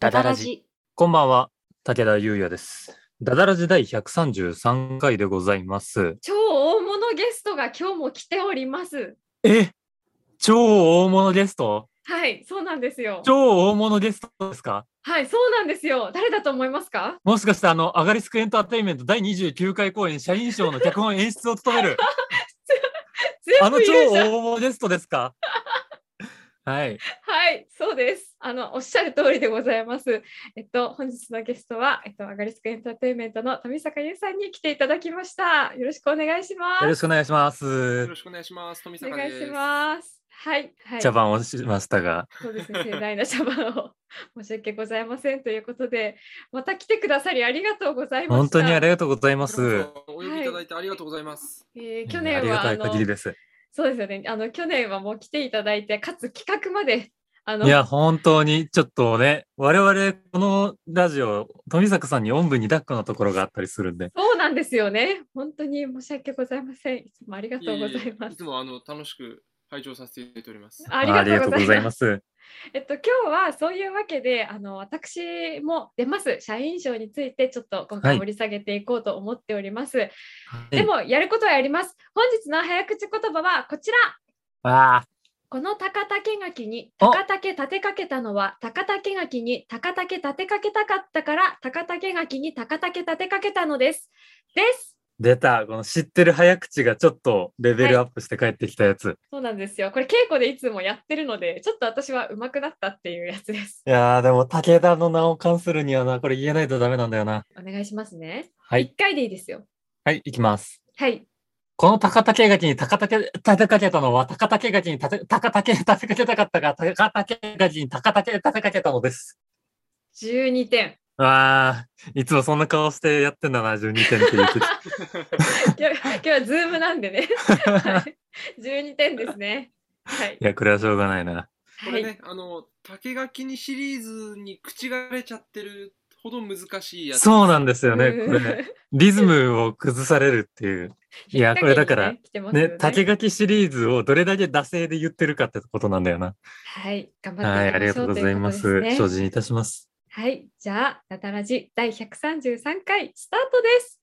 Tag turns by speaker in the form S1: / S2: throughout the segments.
S1: ダダラジ。
S2: こんばんは、武田優也です。ダダラジ第133回でございます。
S1: 超大物ゲストが今日も来ております。
S2: え超大物ゲスト
S1: はい、そうなんですよ。
S2: 超大物ゲストですか
S1: はい、そうなんですよ。誰だと思いますか？
S2: もしかしてあの、アガリスクエンターテインメント第29回公演社員賞の脚本演出を務め る、あの
S1: 全部
S2: 超
S1: 言うじゃん。
S2: 大物ゲストですかはい。
S1: はい、そうです。あのおっしゃる通りでございます。えっと本日のゲストはえっとアガリスクエンターテインメントの富坂優さんに来ていただきました。よろしくお願いしま
S2: よろ
S1: す。
S2: しくお願いします。
S3: よろしくお願いします。富
S1: お
S3: 坂
S1: 願い
S3: です。
S1: します。はい、はい。
S2: 茶番をしましたが、
S1: そうですね、盛大な茶番を 申し訳ございませんということで、また来てくださりありがとうございました。
S2: 本当にありがとうございま
S3: こちら
S2: す。
S3: こそお呼びいただいてありがとうございます。
S1: えー
S2: う
S1: 去
S2: ん
S1: 年
S2: ありが
S1: は
S2: た
S1: あ
S2: い限り
S1: の
S2: です。
S1: そうですよね。あの去年はもう来ていただいて、かつ企画まであの
S2: いや、本当にちょっとね、我々このラジオ、富坂さんにおんぶに抱っこのところがあったりするんで、
S1: そうなんですよね。本当に申し訳ございません。いつもありがとうござい
S3: え
S1: ま
S3: えい
S1: す
S3: つ。もあの楽しく拝聴させていただいております。
S1: ありがとうございます。
S2: す。
S1: えっと今日はそういうわけで、あの私も出ます社員賞についてちょっと今
S2: は
S1: 回
S2: い
S1: 盛り下げていこうと思っております。
S2: はい
S1: でもやることはやります。本日の早口言葉はこちら。
S2: わあ、
S1: この高竹垣に
S2: お
S1: 高竹立てかけたのは高竹垣に高竹立てかけたかったから高竹垣に高竹立てかけたのです。です。
S2: 出た。この知ってる早口がちょっとレベルアップして帰ってきたやつ。い、
S1: そうなんですよ。これ稽古でいつもやってるので、ちょっと私は上手くなったっていうやつです。
S2: やー、でも武田の名を冠するにはな、これ言えないとダメなんだよな。
S1: お願いしますね。
S2: は
S1: 一
S2: い、
S1: 回でいいですよ。
S2: はい、いきます。
S1: はい。
S2: この高竹垣に高竹立てかけたのは、高竹垣に立て高竹立てかけたかったが、高竹垣に高竹立てかけたのです。
S1: 12点。
S2: わあ、いつもそんな顔してやってんだな、12点って言って き
S1: 今日今日はズームなんでね。はい12点ですね。はい
S2: い。や、これはしょうがないな。
S3: こ
S1: は
S3: れ
S1: い。
S3: ね、あの竹垣にシリーズに口がれちゃってるほど難しいやつ。
S2: そうなんですよね、
S1: うん
S2: これね。リズムを崩されるっていう。いや、これだから、
S1: 引っ掛けにね、来てますよ
S2: ね、竹垣シリーズをどれだけ惰性で言ってるかってことなんだよな。
S1: はい。頑張
S2: は
S1: っ
S2: い、
S1: て
S2: あ
S1: い
S2: り
S1: きま
S2: が
S1: し
S2: と
S1: ょ
S2: う
S1: う
S2: ご
S1: と
S2: ざ
S1: い
S2: いう
S1: こ
S2: ま。
S1: とですね。
S2: 精進いたします。
S1: はい、じゃあ、ダダラジ第133回スタートです。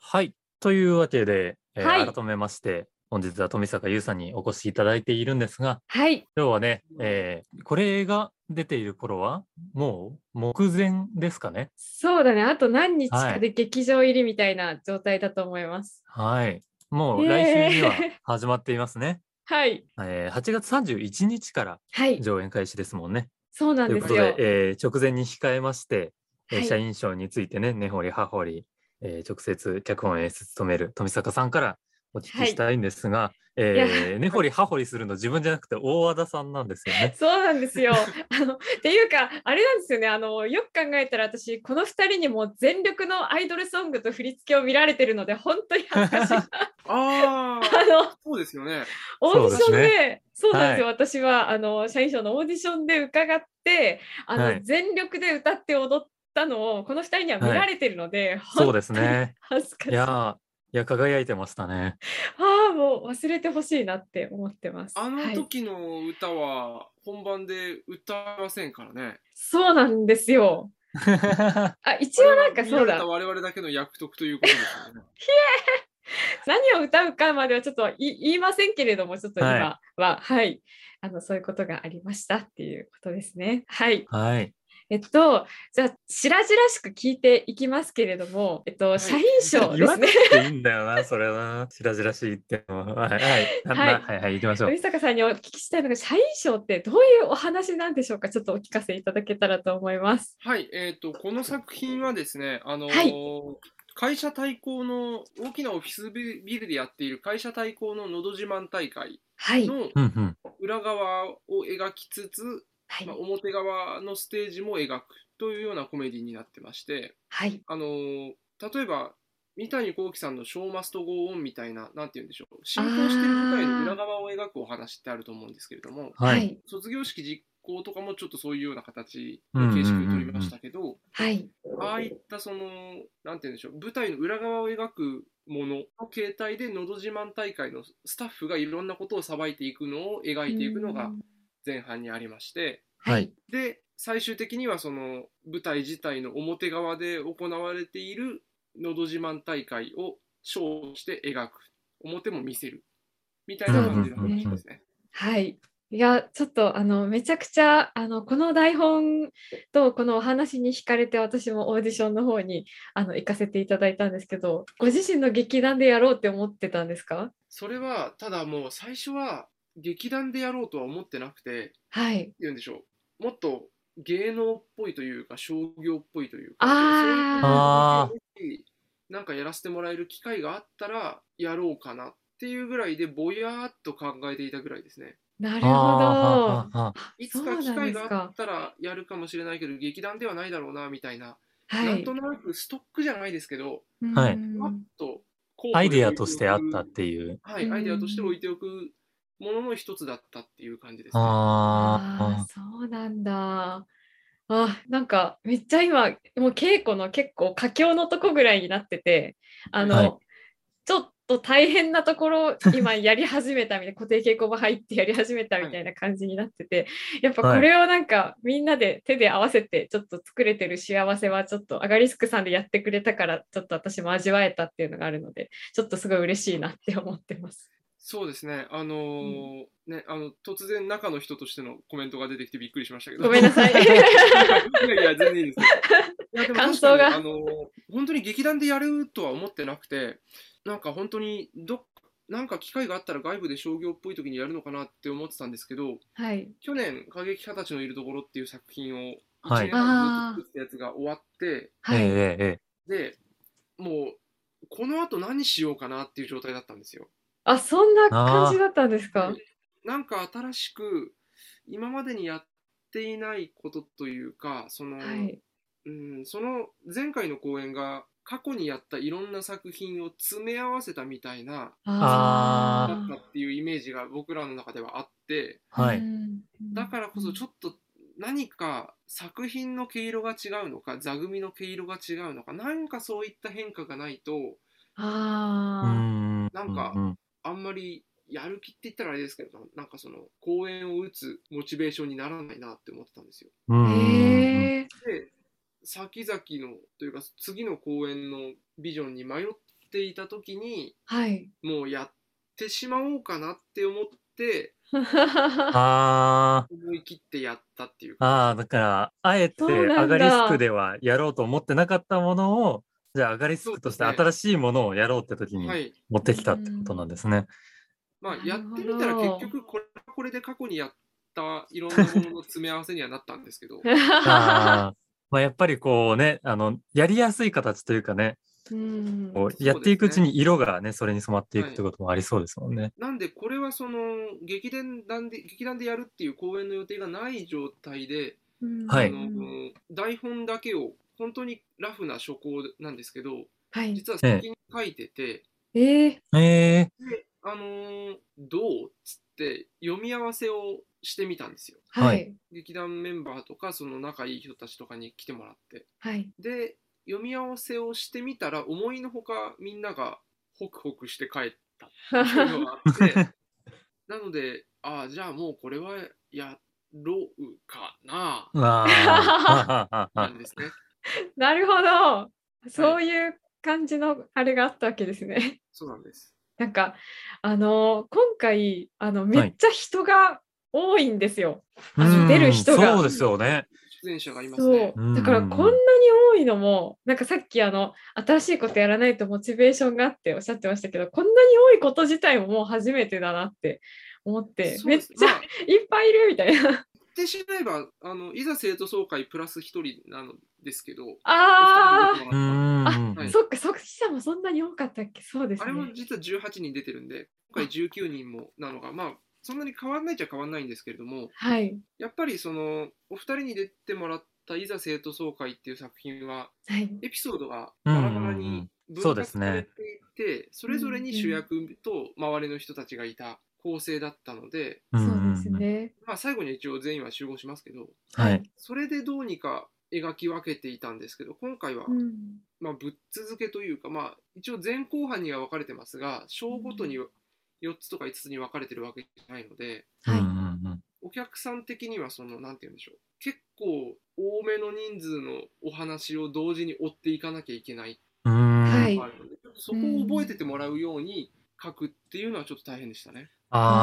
S2: はい、というわけで、えー
S1: はい
S2: 改めまして、本日は富坂優さんにお越しいただいているんですが、
S1: はい、
S2: 今日はね、えーこれが出ている頃は、もう目前ですかね。
S1: そうだね、あと何日
S2: は
S1: か
S2: い
S1: で劇場入りみたいな状態だと思います。
S2: はい。もう
S1: イエーイ
S2: 来 週には始まっていますね。
S1: はい、
S2: えー8月31日から
S1: はい、
S2: 上演開始ですもんね。
S1: そうな
S2: と
S1: ん
S2: いう
S1: で
S2: こ
S1: す
S2: と
S1: よ
S2: で、。えー直前に控えまして、えー
S1: はい。
S2: 社員賞についてね、根掘り葉掘り、えー直接脚本演出務める富坂さんからお聞きしたいんですが、えー根掘り葉掘りするの自分じゃなくて大和田さんなんですよね
S1: そうなんで すよ。あのっていうか、あれなんですよね。あのよく考えたら私この2人にもう全力のアイドルソングと振り付けを見られてるので本当に恥ずか しい。あ
S3: ああ、
S1: の
S3: そうですよね。
S1: オーディショ
S2: そ
S1: ンで、
S2: うです
S1: そうなんですよ、私はあの社員賞のオーディションで伺って、あの、
S2: はい
S1: 全力で歌って踊ったのをこの2人には見られてるので、本
S2: そうですね。
S1: 当に恥ずかし
S2: い
S1: い。
S2: や
S1: あ
S2: ーいや輝いてましたね。
S1: あ、もう忘れてほしいなって思ってます。
S3: あ
S1: は
S3: の
S1: い
S3: 時の歌は本番で歌えませんからね。
S1: そうなんですよ。あ一応なんかそうだ
S3: 見られた我々だけの役得ということですよね。
S1: 何を歌うかまではちょっとい言いませんけれどもちょっと今ははい、あのそういうことがありましたっていうことですねはい
S2: はい。
S1: えっとじゃあ白々しく聞いていきますけれどもえっと
S3: い
S1: 社員賞
S2: 言
S1: で
S2: わ
S1: す
S2: な
S1: ね
S2: くていいんだよな、そ れはな。しらじらしいっても。はいはい。な
S1: はい
S2: なはいはい、行きましょう。
S1: 富坂さんにお聞きしたいのが社員賞ってどういうお話なんでしょうかちょっとお聞かせいただけたらと思います。
S3: はい、えっ、と、この作品はですね、あのー
S1: はい
S3: 会社対抗の大きなオフィスビルでやっている会社対抗ののど自慢大会
S1: はい、
S3: の
S2: うんうん。
S3: 裏側を描きつつ、
S1: はい
S3: まあ、、表側のステージも描くというようなコメディになってまして、
S1: はい、
S3: あのー例えば、三谷幸喜さんの「ショーマストゴーオン」みたいな、なんて言うんでしょう、進行している舞台の裏側を描くお話ってあると思うんですけれども、
S1: は
S2: はいい。、
S3: 卒業式実行とかもちょっとそういうような形の形式を取りましたけど、
S1: はい、
S3: ああいったその、なんて言うんでしょう、舞台の裏側を描くものの形態で「のど自慢大会」のスタッフがいろんなことをさばいていくのを描いていくのが前半にありまして
S2: はい。
S3: で最終的にはその舞台自体の表側で行われている「のど自慢大会」を賞して描く表も見せるみたいな感じの話ですね。
S1: はい。いや、ちょっと、あの、めちゃくちゃ、あの、この台本とこのお話に惹かれて、私もオーディションの方に、あの、行かせていただいたんですけど、ご自身の劇団でやろうって思ってたんですか
S3: それはただもう最初は劇団でやろうとは思ってなくて
S1: はい。
S3: 言うんでしょうもっと芸能っぽいというか商業っぽいというか
S1: あ
S2: ー
S3: そういうなんかやらせてもらえる機会があったらやろうかなっていうぐらいでぼやーっと考えていたぐらいですね
S1: なる
S2: あーは
S1: ほ
S2: あはあ
S3: い
S1: そ
S3: つ
S1: うな
S3: か
S1: んです
S3: 機
S1: か
S3: 会があったらやるかもしれないけど劇団ではないだろうなみたいな、
S1: ど。
S3: な
S1: は
S3: ん
S1: い
S3: と。なくストックじゃないですけど
S2: はい
S1: うん
S3: ふわっと候補で
S2: アイデアとしてあったっていう。
S3: はい、
S1: うん
S3: アイデアとして置いておくものの一つだったっていう感じですね。
S1: あ
S2: あ
S1: ーそうなんだ。あなんかめっちゃ今もう稽古の結構佳境のとこぐらいになっててあの、
S2: はい
S1: ちょっと大変なところ今やり始めたみたいな固定稽古場入ってやり始めたみたいな感じになっててやっぱこれをなんかみんなで手で合わせてちょっと作れてる幸せはちょっとアガリスクさんでやってくれたからちょっと私も味わえたっていうのがあるのでちょっとすごい嬉しいなって思ってます。
S3: そうですね。あのーね、あの、突然中の人としてのコメントが出てきてびっくりしましたけど。
S1: ごめんなさい
S3: いやいや、全然いいですよ。いやでも
S1: 感想が
S3: 確かにあのー本当に劇団でやるとは思ってなくて、なんか本当にどっなんか機会があったら外部で商業っぽい時にやるのかなって思ってたんですけど、
S1: はい、
S3: 去年、過激派たちのいるところっていう作品を、1
S2: はい
S3: 年半ずっと作ったやつが終わって、
S2: あ。え
S1: は
S2: え
S1: い
S2: ええ
S3: でもうこのあと何しようかなっていう状態だったんですよ。
S1: あ、そんな感じだったんですか。
S3: なんか新しく今までにやっていないことというかその、
S1: はい。
S3: うん、その前回の公演が過去にやったいろんな作品を詰め合わせたみたいな
S2: あ
S3: だったっていうイメージが僕らの中ではあって
S2: えは
S1: う
S2: い。
S1: ん
S3: だからこそちょっと何か作品の毛色が違うのか座組の毛色が違うのかなんかそういった変化がないと
S2: うー
S1: あ
S2: ん。
S3: なんか
S2: うん
S3: あんまりやる気って言ったらあれですけどななんかその公演を打つモチベーションにならないなって思ってたんですよ。
S2: う
S1: あ。
S2: んうん
S1: へえ。
S3: で先々のというか次の公演のビジョンに迷っていた時に
S1: はい。
S3: もうやってしまおうかなって思って
S2: あ
S3: 思い切ってやったっていう
S2: あ、ああ、だから、あえて
S1: そうなんだ
S2: アガリスクではやろうと思ってなかったものを、じゃあアガリスクとして
S3: そうですね
S2: 新しいものをやろうって時に
S3: はい
S2: 持ってきたってことなんですね。
S3: まあ
S1: なる
S3: や
S1: ほ
S3: っ
S1: ど
S3: てみたら結局これはこれで過去にやったいろんなものの詰め合わせにはなったんですけど
S2: あー まあやっぱりこうね、あの、やりやすい形というかね、
S1: うん
S2: こ
S3: そう
S2: う
S3: ですね
S2: やっていくうちに色がね、それに染まっていくってこともありそうですもんね。
S3: なんでこれはその劇団で劇団でやるっていう公演の予定がない状態で
S2: はい
S3: あの台本だけを本当にラフな書稿なんですけど
S1: はい。
S3: 実は先に書いてて、
S1: ええ。
S2: ええ
S3: あのーどうっつって読み合わせをしてみたんですよ
S1: はい。
S3: 劇団メンバーとかその仲いい人たちとかに来てもらって
S1: はい。
S3: で読み合わせをしてみたら思いのほかみんながホクホクして帰ったっていうのがあって なのでああじゃあもうこれはやろうかな
S2: わあ ああああ
S3: なんですね
S1: なるほど。そういう感じのあれがあったわけですね。
S3: そうなんです
S1: なんか、あの、今回、あの、めっちゃ人が多いんですよ。
S2: う
S1: あ
S2: ん
S1: 出る人が
S2: そうですよね。
S3: 出演者がいますね
S1: そ
S2: うん
S1: うだからこんなに多いのもなんかさっきあの新しいことやらないとモチベーションがあっておっしゃってましたけどこんなに多いこと自体ももう初めてだなって思って
S3: そう
S1: めっ
S3: で
S1: ち
S3: す
S1: ゃ
S3: まあ
S1: いっぱいいるみたい な
S3: 言ってしまえばあのいざ生徒総会プラス一人なのですけど
S1: あ
S3: お二人出
S2: う
S3: てもらっ
S2: ん。
S1: あ
S3: はい
S1: そっかそっか死者もそんなに多かったっけそうで
S3: た
S1: す
S3: あれ
S1: ね
S3: も実は18人出てるんで今回19人もなのがまあそんなに変わらないっちゃ変わらないんですけれども
S1: はい
S3: やっぱりそのお二人に出てもらった「いざ生徒総会」っていう作品は
S1: はい
S3: エピソードがバラバラ
S2: うんうんう
S3: に
S2: んそ
S3: 分
S2: うで
S3: 割
S2: す
S3: さ
S2: ね
S3: れていてそれぞれに主役と周りの人たちがいた構成だったので、
S2: うん
S1: そうですね
S3: まあ、最後には一応全員は集合しますけど
S2: はい。
S3: それでどうにか描き分けていたんですけど今回は、
S1: うん
S3: まあ、ぶっ続けというか、まあ、一応前後半には分かれてますが章ごとに4つとか5つに分かれてるわけじゃないので
S1: はい
S2: うんうんうん
S3: お客さん的にはそのなんて言うんでしょう結構多めの人数のお話を同時に追っていかなきゃいけない
S2: うん
S1: はい
S3: あるのでそこを覚えててもらうように書くっていうのはちょっと大変でしたね。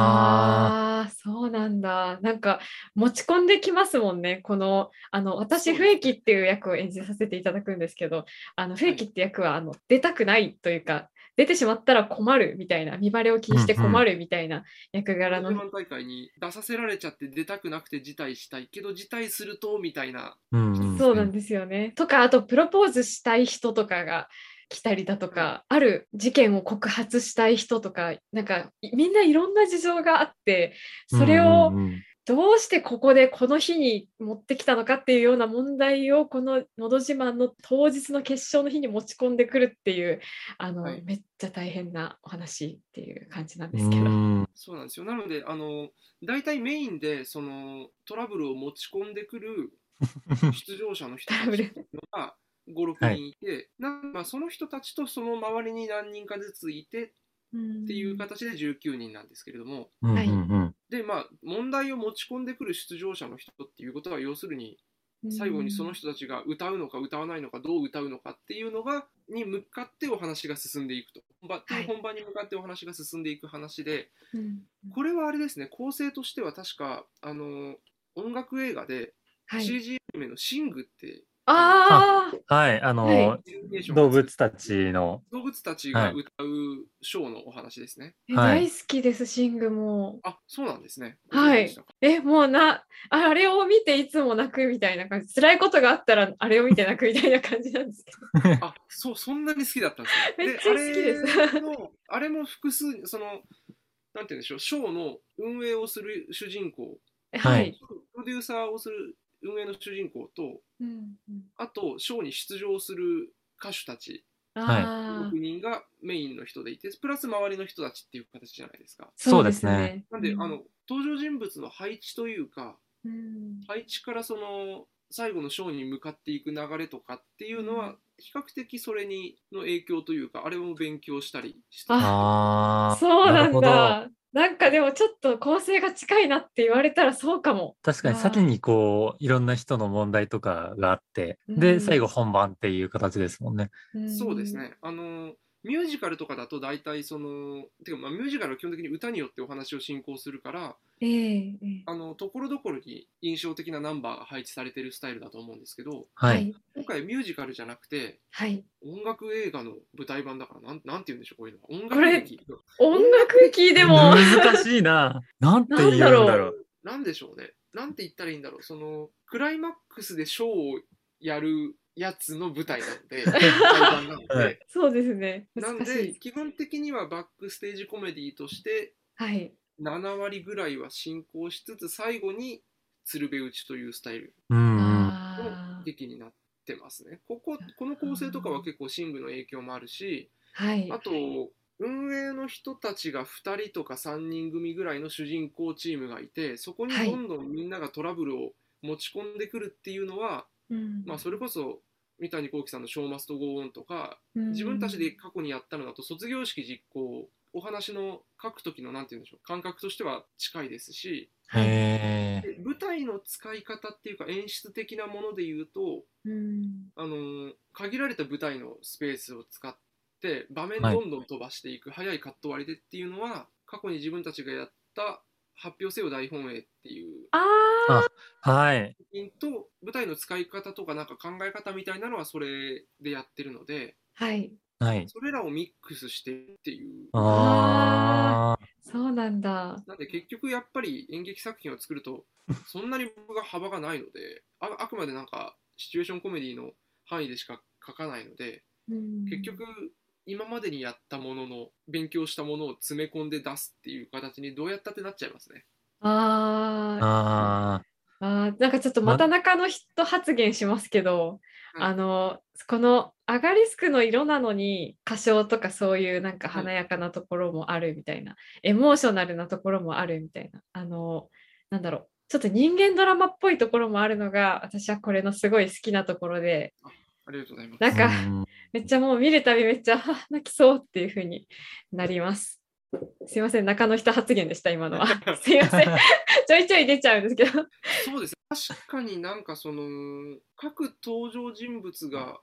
S2: あ
S1: ああー、そうなんだ。なんか持ち込んできますもんね。この、あの、私、
S3: そう
S1: 不駅っていう役を演じさせていただくんですけど、あの、不駅って役は、あの、出たくないというか、出てしまったら困るみたいな、見バレを気にして困るみたいな役柄の。
S3: 台湾大会に出させられちゃって出たくなくて辞退したいけど辞退するとみたいな
S2: ーうんうんうん
S1: そうなんですよね。とか、あと、プロポーズしたい人とかが来たりだとか、ある事件を告発したい人とか、なんか、いみんないろんな事情があって、それ
S2: う
S1: を、
S2: んうんうん
S1: どうしてここでこの日に持ってきたのかっていうような問題をこの「のど自慢」の当日の決勝の日に持ち込んでくるっていうあの、
S3: はい
S1: めっちゃ大変なお話っていう感じなん
S2: う
S1: ですけど。
S2: ん
S3: そうなんですよなのであの大体メインでそのトラブルを持ち込んでくる 出場者の人たちっていうのが56人いて、なんかまあその人たちとその周りに何人かずついてっていう形で19人なんですけれども
S2: うん
S1: はい
S2: うんうん
S3: でまあ問題を持ち込んでくる出場者の人っていうことは要するに
S1: うん
S3: 最後にその人たちが歌うのか歌わないのかどう歌うのかっていうのがに向かってお話が進んでいくと本番,、
S1: はい
S3: 本番に向かってお話が進んでいく話で
S1: うん
S3: これはあれですね構成としては確かあの音楽映画で
S1: はい
S3: CG アニメの「シング」って
S1: あー
S2: はい、あの
S1: は
S3: アニメーションが
S2: 動物たちの、
S3: 動物たちが歌うショーのお話ですね。
S1: え
S2: はい
S1: 大好きですシングも
S3: あそうなんですね。
S1: はい
S3: そうでしたか
S1: えもうなああれを見ていつも泣くみたいな感じ辛いことがあったらあれを見て泣くみたいな感じなんですけど
S3: あそうそんなに好きだったんですよ。
S1: めっちゃ好きです
S3: あれもあれも複数そのなんて言うんでしょうショーの運営をする主人公
S2: はい
S1: はい、
S3: プロデューサーをする運営の主人公と、
S1: うんうん
S3: あと、ショーに出場する歌手たち、
S2: はい
S1: あー
S3: 6人がメインの人でいて、プラス周りの人たちっていう形じゃないですか。
S2: そうですね
S3: なんで、
S1: うん
S3: あの登場人物の配置というか、
S1: うん
S3: 配置からその最後のショーに向かっていく流れとかっていうの
S1: う
S3: は、比較的それにの影響というか、あれも勉強したりして、
S1: あ
S2: ああ、
S1: そう
S2: な
S1: な
S2: る
S1: ん
S2: ほど
S1: だ。なんかでもちょっと構成が近いなって言われたらそうかも。
S2: 確かに
S1: あー
S2: 先にこういろんな人の問題とかがあって、
S1: う
S2: で
S1: ん
S2: 最後本番っていう形ですもんね。
S3: そうです。ね。あのミュージカルとかだと大体そのてかまあミュージカルは基本的に歌によってお話を進行するから、
S1: ええええ
S3: あのところどころに印象的なナンバーが配置されてるスタイルだと思うんですけど
S2: は。
S1: はいい。
S3: 今回ミュージカルじゃなくて
S1: はい。
S3: 音楽映画の舞台版だからなんなんて言うんでしょうこういうのは音
S1: こ
S3: 楽
S1: れ
S3: 劇
S1: 音楽機 でも。
S2: 難しいな。 なんて言うんだ
S1: なんだ
S2: ろ
S1: ろ
S2: う。
S3: なんでしょうねなんて言ったらいいんだろうそのクライマックスでショーをやるやつの舞台なの で舞台版なので、
S2: はい
S1: そうですね。
S3: な
S1: 難し
S3: んで
S1: い。
S3: 基本的にはバックステージコメディとして
S1: はい。
S3: 7割ぐらいは進行しつつ最後に鶴瓶打ちというスタイル
S2: うんうん。
S1: あー
S3: 劇になってますね。こここの構成とかは結構寝具の影響もあるし、
S1: はい。
S3: あと運営の人たちが2人とか3人組ぐらいの主人公チームがいて、そこに
S1: はい
S3: どんどんみんながトラブルを持ち込んでくるっていうのは、
S1: うん
S3: まあそれこそ三谷幸喜さんの「ショーマストゴーオン」とか、
S1: うん
S3: 自分たちで過去にやったのだと卒業式実行お話の書く時のなんて言うんでしょう感覚としては近いですし
S1: はい
S2: へえ。
S3: で舞台の使い方っていうか演出的なもので言うと
S1: うん
S3: あのー限られた舞台のスペースを使って場面
S2: はい
S3: どんどん飛ばしていく、早いカット割りでっていうのは過去に自分たちがやった発表せよ大本営っていう
S1: あ
S2: あ
S1: あ。
S2: はい。
S3: 作品と舞台の使い方とかなんか考え方みたいなのはそれでやってるので
S1: はい。
S2: はい。
S3: それらをミックスしてっていう
S2: ああ。
S1: そうなんだ。
S3: なんで結局やっぱり演劇作品を作るとそんなに僕が幅がないのでああくまでなんかシチュエーションコメディの範囲でしか書かないので、
S1: うん
S3: 結局。今までにやったものの勉強したものを詰め込んで出すっていう形にどうやったってなっちゃいますね。
S1: ああ。
S2: あ
S1: あーなんかちょっとまた中の人発言しますけど、
S3: はい
S1: あのこのアガリスクの色なのに歌唱とかそういうなんか
S3: はい
S1: 華やかなところもあるみたいな、エモーショナルなところもあるみたいなあのなんだろうちょっと人間ドラマっぽいところもあるのが私はこれのすごい好きなところで
S3: ありがとうございます。
S1: なんか
S2: うん
S1: めっちゃもう見るたびめっちゃはあ泣きそうっていう風になります。すいません中の人発言でした今の は。すいませんちょいちょい出ちゃうんですけど。
S3: そうです確かになんかその各登場人物が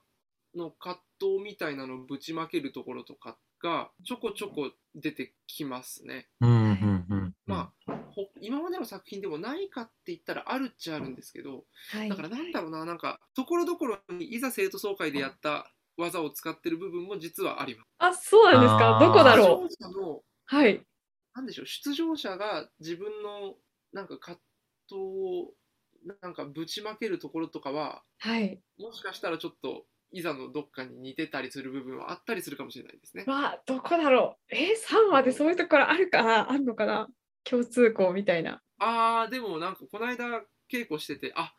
S3: の葛藤みたいなのをぶちまけるところとかがちょこちょこ出てきますね。
S2: うんうんうん
S3: まあほ今までの作品でもないかって言ったらあるっちゃあるんですけど
S1: はい
S3: だからなんだろうななんかところどころにいざ生徒総会でやった技を使ってる部分も実はあります。
S1: あそうなんですか
S2: あー
S1: どこだろう
S3: 出場者の
S1: はい
S3: なんでしょう出場者が自分のなんか葛藤をなんかぶちまけるところとかは
S1: はい。
S3: もしかしたらちょっといざのどっかに似てたりする部分はあったりするかもしれないですね。
S1: わあどこだろうえ3話でそういうところあるかなあんのかな共通項みたいな。
S3: あーでもなんかこの間稽古しててあ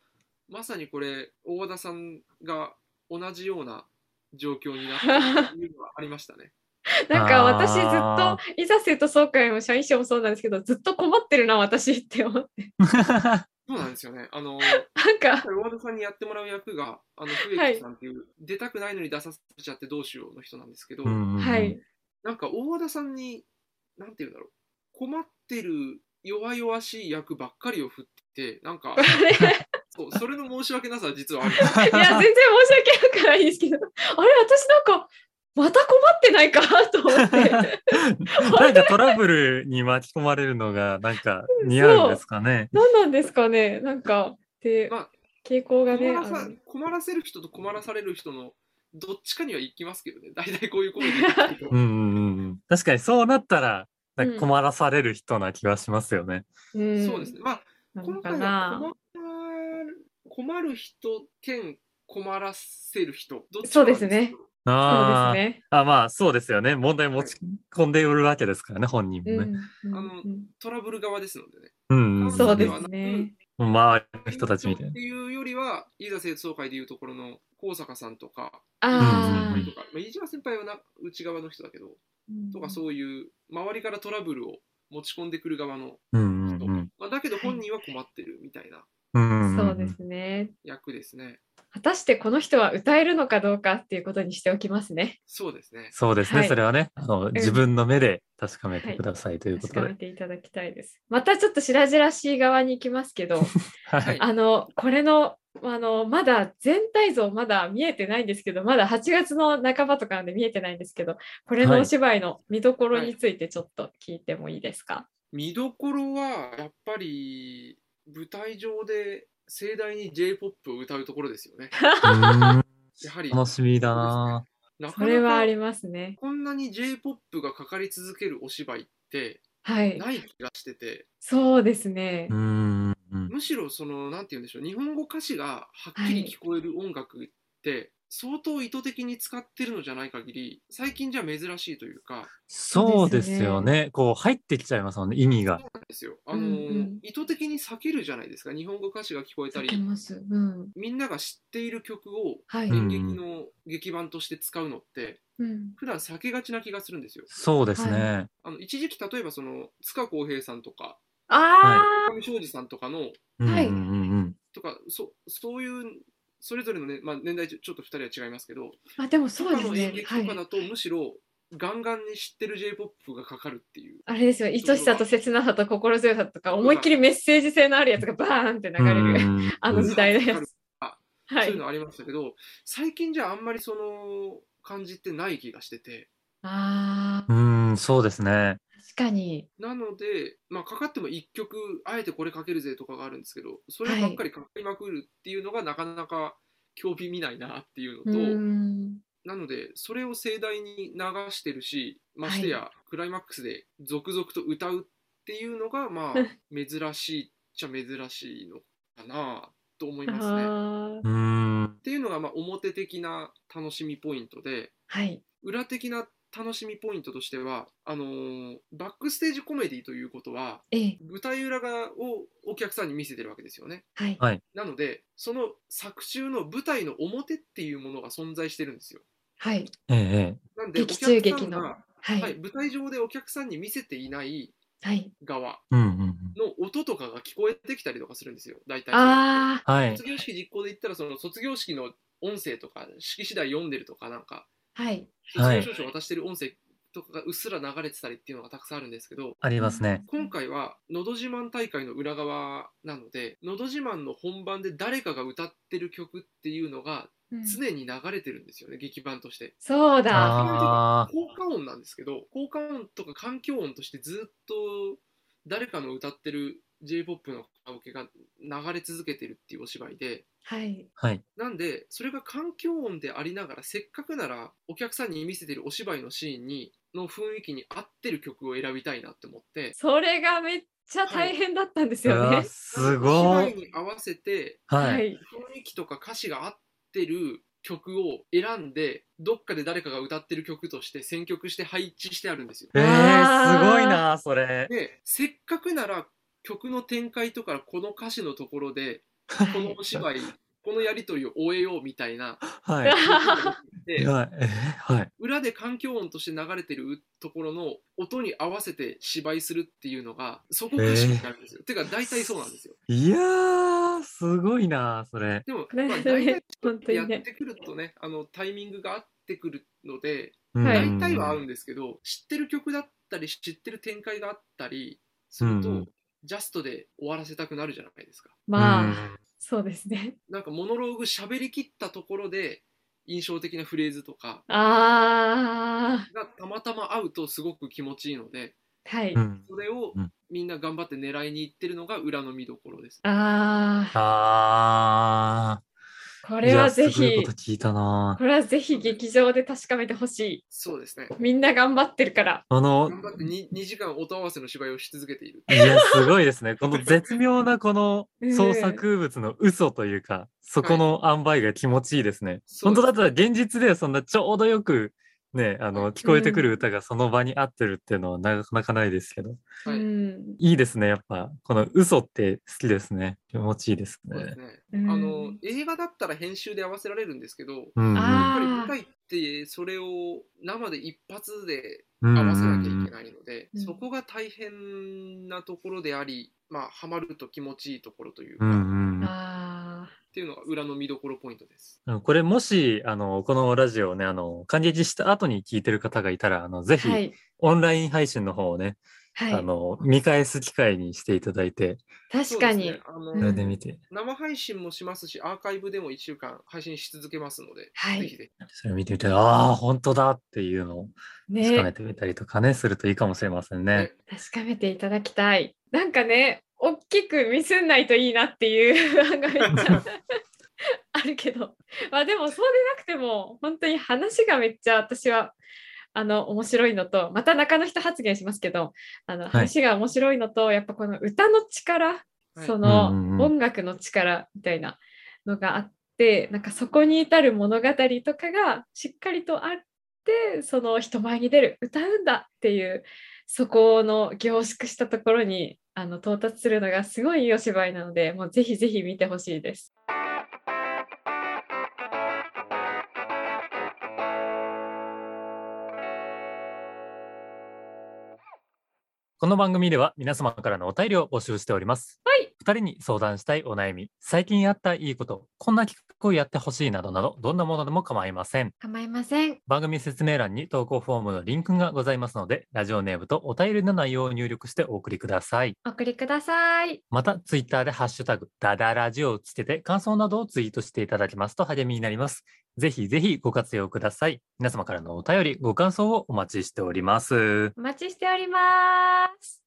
S3: まさにこれ大和田さんが同じような状況になったっていうのはありましたね。
S1: なんか私ず
S2: あ
S1: っといざ生徒総会も社員賞もそうなんですけどずっと困ってるな私って思って
S3: そうなんですよね。あの
S1: なんか
S3: 大和田さんにやってもらう役があの
S1: は
S3: 笛
S1: い
S3: 木さんっていう、出たくないのに出させちゃってどうしようの人なんですけど、
S2: うんうんうん
S1: はい
S3: なんか大和田さんになんて言うんだろう困ってる弱々しい役ばっかりを振ってな んかそうそれの申し訳なさは実はある。
S1: いや、全然申し訳なくないですけど、あれ、私なんか、また困ってないかと思 っ て、
S2: なんかトラブルに巻き込まれるのがなんか似合うんですかね。
S1: 何なんですかね、なんか、で、
S3: まあ
S1: 傾向がね、
S3: 困
S1: あ
S3: らさ
S1: の
S3: 困らせる人と困らされる人のどっちかには行きますけどね大体こういうコメディだけど
S2: うんうんうんうん、確かにそうなったらなんか困らされる人な気がしますよね。
S1: ん
S3: そうですねまあ
S1: な
S3: 今
S1: のか
S3: 回は
S1: な。
S3: 困る困る人兼困らせる人どっち
S1: そ
S3: か
S1: う
S3: な
S1: で
S3: んです
S1: す
S3: けど
S1: ねそ
S2: あ
S1: う
S2: ー
S1: ですね。
S2: あまあそうですよね問題持ち込んで売るわけですからね本人も
S1: う
S2: ね。
S1: んうん
S3: あの
S1: うん
S3: トラブル側ですのでね
S2: うんうん、
S1: そうですね。
S2: 周りの人たちみたい
S3: っ
S2: な
S3: て。いうよりはいざ生徒総会でいうところの高坂さんとか
S1: あ
S2: うん
S3: とか、まあ、飯島先輩はな内側の人だけど
S1: あ。
S3: とかそういう周りからトラブルを持ち込んでくる側の、
S2: うんうんうん
S3: まあ、だけど本人は困ってるみたいな
S2: うんうんん
S1: そうですね。
S3: 役ですね
S1: 果たしてこの人は歌えるのかどうかっていうことにしておきますね。
S3: そうですね
S2: そうですね、
S1: はい
S2: それはねあの、自分の目で確かめてくださいというこ
S1: 確
S2: と
S1: か
S2: で
S1: め。ていただきたいです。またちょっと白々しい側に行きますけ ど、
S2: はい
S1: あのこれのあのまだ全体像まだ見えてないんですけどまだ8月の半ばとかなんで見えてないんですけどこれ
S2: はい
S1: のお芝居の見どころについてちょっと聞いてもいいですか、
S3: 見どころはやっぱり舞台上で盛大に j p o p を歌うところですよね。
S2: い、
S3: やはり
S2: 楽しみだな
S3: なか
S1: それはあ
S3: な
S1: り
S3: か
S1: ますね
S3: こんなに j p o p がかかり続けるお芝居って
S1: はい
S3: ない気がしてて
S1: そうですね
S2: ぁ。うんうん
S3: むしろそのなんて言うんでしょう日本語歌詞がはっきり聞こえる音楽って相当意図的に使ってるのじゃない限り最近じゃ珍しいというか
S2: そうですよね。こう入ってきちゃいますもんね、意味が
S3: そう。なんですよあの、
S1: うんうん
S3: 意図的に避けるじゃないですか日本語歌詞が聞こえた
S1: 書け
S3: り
S1: ます、うん、
S3: みんなが知っている曲を
S1: はい、
S2: う
S1: うん
S2: ん
S3: 演劇の劇版として使うのって普段避けがちな気がするんですよ。
S2: そうですね。
S3: あの一時期例えばその塚浩平さんとか
S1: あ
S3: 上庄司さんとかの
S2: うん
S1: はい
S2: うんうんうん
S3: とかそそういうそれぞれの、ねまあ、年代ちょちょっと2人は違いますけど
S1: ーあでもそうで
S3: と
S1: す
S3: かの演
S1: ね
S3: 劇
S1: は
S3: とか
S1: い
S3: だと、むしろガンガンに知ってる j p o p がかかるっていう
S1: あれですよ愛しさと切なさと心強さとか思いっきりメッセージ性のあるやつがバーンって流れる、
S2: うんうんうん
S1: あの時代のや
S3: わか
S1: つ
S3: るあ。
S1: は
S3: そういう
S1: い。
S3: のありましたけど、最近じゃあんまりその感じってない気がしてて
S1: ああ、
S2: うん、そうですね。
S1: 確かに。
S3: なので、まあ、かかっても1曲あえてこれかけるぜとかがあるんですけどそればっかりかかりまくるっていうのがなかなか興味見ないなっていう
S1: う
S3: のと。
S1: ん。
S3: なので、それを盛大に流してるし、ましてや、クライマックスで続々と歌うっていうのが、 まあ、珍しいっちゃ珍しいのかなと思いますね。っ
S1: ああ、
S2: うん。
S3: ていうのが、まあ、表的な楽しみポイントで、
S1: はい。
S3: 裏的な楽しみポイントとしては、あのーバックステージコメディということは、
S1: ええ、
S3: 舞台裏側をお客さんに見せてるわけですよね。
S1: はい。
S2: あ
S3: なので、その作中の舞台の表っていうものが存在してるんですよ。
S1: はい。
S2: ええええ。
S3: なんで、お
S1: 劇
S3: 客さん
S1: 中劇の
S3: が
S1: は。
S3: はいい、舞台上でお客さんに見せていない
S1: はい。
S3: 側
S2: うんうんうん。
S3: の音とかが聞こえてきたりとかするんですよ、大体。
S1: あ
S2: はい。
S3: 卒業式実行で言ったら、その卒業式の音声とか、式次第読んでるとか、なんか、
S1: あ、はい。
S3: 卒
S2: は
S3: 業
S2: い
S3: 証書を渡してる音声とかがうっすら流れてたりっていうのがたくさんあるんですけど、
S2: ありますね。
S3: 今回は「のど自慢」大会の裏側なので「のど自慢」の本番で誰かが歌ってる曲っていうのが
S1: うん
S3: 常に流れてるんですよね、劇版として。
S1: そうだ。
S2: ああ。
S3: 効果音なんですけど効果音とか環境音としてずっと誰かの歌ってる j p o p のカラオケが流れ続けてるっていうお芝居で。
S1: はい。
S2: はい。
S3: なんでそれが環境音でありながらせっかくならお客さんに見せてるお芝居のシーンにの雰囲気に合ってる曲を選びたいなって思って
S1: それがめっちゃ大変だったんです
S2: う
S1: よね。
S2: わ、すご
S3: お芝
S2: い。
S3: 居に合わせて
S2: はい。
S3: 雰囲気とか歌詞が合ってる曲を選んでどっかで誰かが歌ってる曲として選曲して配置してあるんですよ
S2: えー、すごいな、それ。
S3: でせっかくなら曲の展開とかこの歌詞のところで
S1: は
S3: このお芝居このやり取りを終えようみた いな
S2: はい。
S3: で
S2: はい。えーはい。
S3: 裏で環境音として流れてるところの音に合わせて芝居するっていうのがそこ歌詞になるんですよ、てか大体そうなんですよ
S2: いやー、すごいな、それ。
S3: でも、
S1: ね
S3: まあ、大体
S1: 本当
S3: や
S1: に
S3: っ
S1: ね。
S3: てくるとねあのタイミングが合ってくるので
S2: うん
S1: はい
S3: 大体は合うんですけど、知ってる曲だったり知ってる展開があったりすると、
S2: うんうん
S3: ジャストで終わらせたくなるじゃないですか
S1: まあ、
S2: うん
S1: そうですね。
S3: なんかモノローグ喋りきったところで印象的なフレーズとか
S1: ああ、
S3: がたまたま合うとすごく気持ちいいので
S1: はい。
S2: うん
S3: それを
S2: うん
S3: みんな頑張って狙いに行ってるのが裏の見どころです、
S1: ああ、
S2: あ
S1: こ
S2: あ。
S1: れはぜ
S2: いやすごい
S1: ひ
S2: こと、聞いたな
S1: こ。れはぜひ劇場で確かめてほしい。
S3: そうですね
S1: みんな頑張ってる から。
S2: あの、
S3: 頑張ってに 2, 時間音合わせの芝居をし続けている
S2: いや、すごいですね。この絶妙なこの
S1: うん
S2: 創作物の嘘というか、そこの塩梅が気持ちいいですね。
S3: そう
S2: 本
S3: です
S2: 当だったら現実ではそんなちょうどよく、ね、あの、聞こえてくる歌がその場に合ってるっていうのはなかなかないですけど、
S3: は
S1: う
S3: い
S1: ん。
S2: いいですね、やっぱ。この嘘って好きですね。気持ちいいです
S3: そうで
S2: ね
S3: す。ね
S1: あ
S3: あの映画だったら編集で合わせられるんですけど、
S2: うんうん。
S3: やっ
S1: あ
S3: ぱり舞台ってそれを生で一発で
S2: うん
S3: 合
S2: う
S3: わせなきゃい
S2: ん
S3: けないので、
S1: うん
S3: そこが大変なところであり、まあ、ハマると気持ちいいところという
S2: う
S3: か、
S2: んう
S3: っ
S2: んうん
S1: あ
S3: ていうのが裏の見どころポイントです。
S2: あのこれもし、あの、このラジオをね、あの、感激した後に聞いてる方がいたら、あの、ぜ
S1: ーは
S2: ひ、
S1: い。
S2: オンライン配信の方をね、
S1: はい。
S2: あの、見返す機会にしていただいて、
S1: 確かに。
S3: そうですねあの
S2: それで
S1: うん
S2: 見て、
S3: 生配信もしますし、アーカイブでも1週間配信し続けますので、
S1: はい
S3: ぜひぜひ
S2: それを見てみて、ああ、本当だっていうのを確かめ
S1: ね、
S2: てみたりとかね、するといいかもしれませんね。
S1: 確かめていただきたい。なんかね、大きくミスんないといいなっていう 不安がめっちゃあるけど、まあでもそうでなくても、本当に話がめっちゃ私は。あの面白いのとまた中の人発言しますけどあの
S2: い
S1: 話が面白いのと、やっぱこの歌の力
S3: はい
S1: その
S2: うんうんうん
S1: 音楽の力みたいなのがあってなんかそこに至る物語とかがしっかりとあってその人前に出る歌うんだっていうそこの凝縮したところにあの到達するのがすごいいいお芝居なのでもうぜひぜひ見てほしいです。
S2: この番組では皆様からのお便りを募集しております。
S1: はい。
S2: 二人に相談したいお悩み、最近あったいいこと、こんな企画をやってほしいなどなど、どんなものでも構いません。
S1: 構いません。
S2: 番組説明欄に投稿フォームのリンクがございますので、ラジオネームとお便りの内容を入力してお送りください。
S1: お送りください。
S2: また、ツイッターでハッシュタグ、ダダラジオをつけて、感想などをツイートしていただけますと励みになります。ぜひぜひご活用ください。皆様からのお便り、ご感想をお待ちしております。
S1: お待ちしております。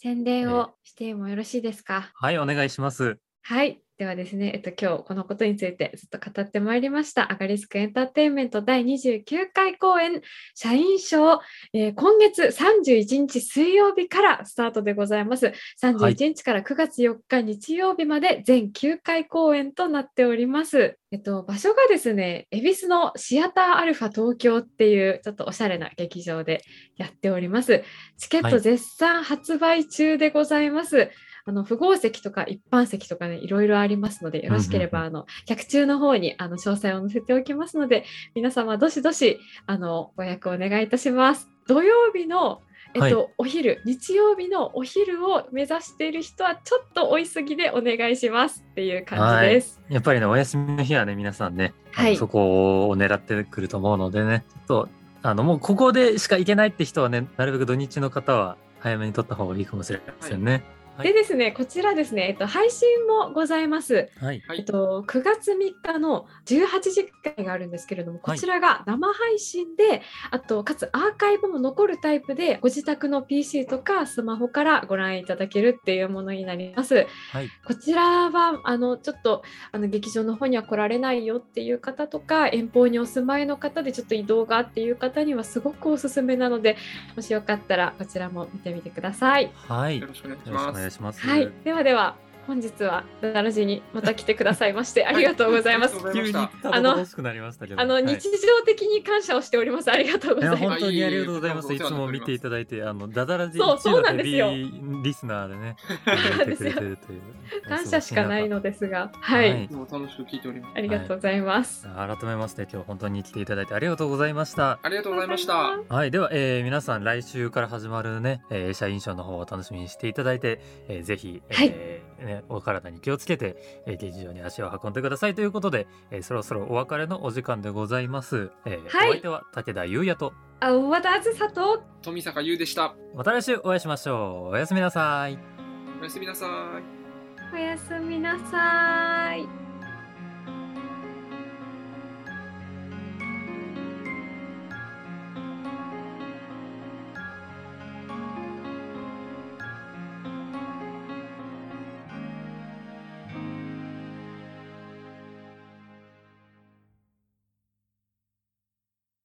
S1: 宣伝
S2: を
S1: をしてもよろしいですか。
S2: はい、お願いします。
S1: はい。ではですね、えっと、今日このことについてずっと語ってまいりました、アガリスクエンターテインメント第29回公演、社員賞、えー今月31日水曜日からスタートでございます。31日から9月4日日曜日まで全9回公演となっております。えっと、場所がですね、恵比寿のシアターアルファ東京っていうちょっとおしゃれな劇場でやっております。チケッ
S2: は
S1: ト
S2: い
S1: 絶賛発売中でございます。あの不合席とか一般席とかねいろいろありますのでよろしけれ
S2: う
S1: ば、あの客中の方にあの詳細を載せておきますので皆様どしどしあのご予約お願いいたします。土曜日のえっと、お昼、日曜日のお昼を目指している人はちょっと追いすぎでお願いしますっていう感じです。
S2: やっぱりね、お休みの日はね、皆さんね、あの
S1: はい
S2: そこを狙ってくると思うのでね、ちょっと、あの、もうここでしか行けないって人はね、なるべく土日の方は早めに取った方がいいかもしれませんね。はい
S1: でですね、こちらですね、えっと、配信もございます。
S2: はい。
S3: は
S1: えっ
S3: い。
S1: と、9月3日の18時会があるんですけれども、こちらが生配信で、あと、かつアーカイブも残るタイプで、ご自宅の PC とかスマホからご覧いただけるっていうものになります。
S2: はい。
S1: こちらはあのちょっとあの劇場の方には来られないよっていう方とか遠方にお住まいの方でちょっと移動がっていう方にはすごくおすすめなのでもしよかったらこちらも見てみてください。
S2: はい。
S3: よ
S2: よ
S3: ろしくお願いし
S2: ろしくお
S3: ま
S2: 願い
S3: す。
S2: します。
S1: はい、ではでは本日はダラジにまた来てくださいましてありがとうございます
S3: ありがとうござい。ます
S2: 急にたど欲しくなりましたけど。
S1: あの
S2: はい
S1: 日常的に感謝をしております。ありがとうご
S2: い
S1: ざい
S2: や
S1: ま
S2: 本
S1: す。
S2: 当にありがとうございま
S3: は
S2: す。
S3: い
S2: いつも見ていただいて、あのダダラジ
S1: そう
S2: 一
S1: そう
S2: の
S1: な
S2: ヘ
S1: んです
S2: ビ
S1: よ
S2: ーリスナーで ね、
S1: そう
S2: やっ
S1: なん
S2: て
S1: で
S2: く
S1: す
S2: れ
S1: よ
S2: てるという。
S1: 感謝しかないのですが、はい、
S2: はい
S3: いつも楽しく聞いております。
S1: ありがとうございます。
S2: 改めまして今日本当に来ていただいてありがとうございました。
S3: ありがとうございまし
S1: ありがとうござい
S3: た
S1: ます。
S2: はい、では、えー皆さん来週から始まるね、えー社員賞の方を楽しみにしていただいて、えーぜひ、えーね、お体に気をつけて、えー劇場に足を運んでくださいということで、えーそろそろお別れのお時間でございます。えー
S1: はい
S2: お相手は武田優也と、
S1: あ、和田あずさと
S3: 富坂優でした。
S2: また来週お会いしましょう。おやすみなさい。
S3: おやすみなさい。
S1: おやすみなさーい。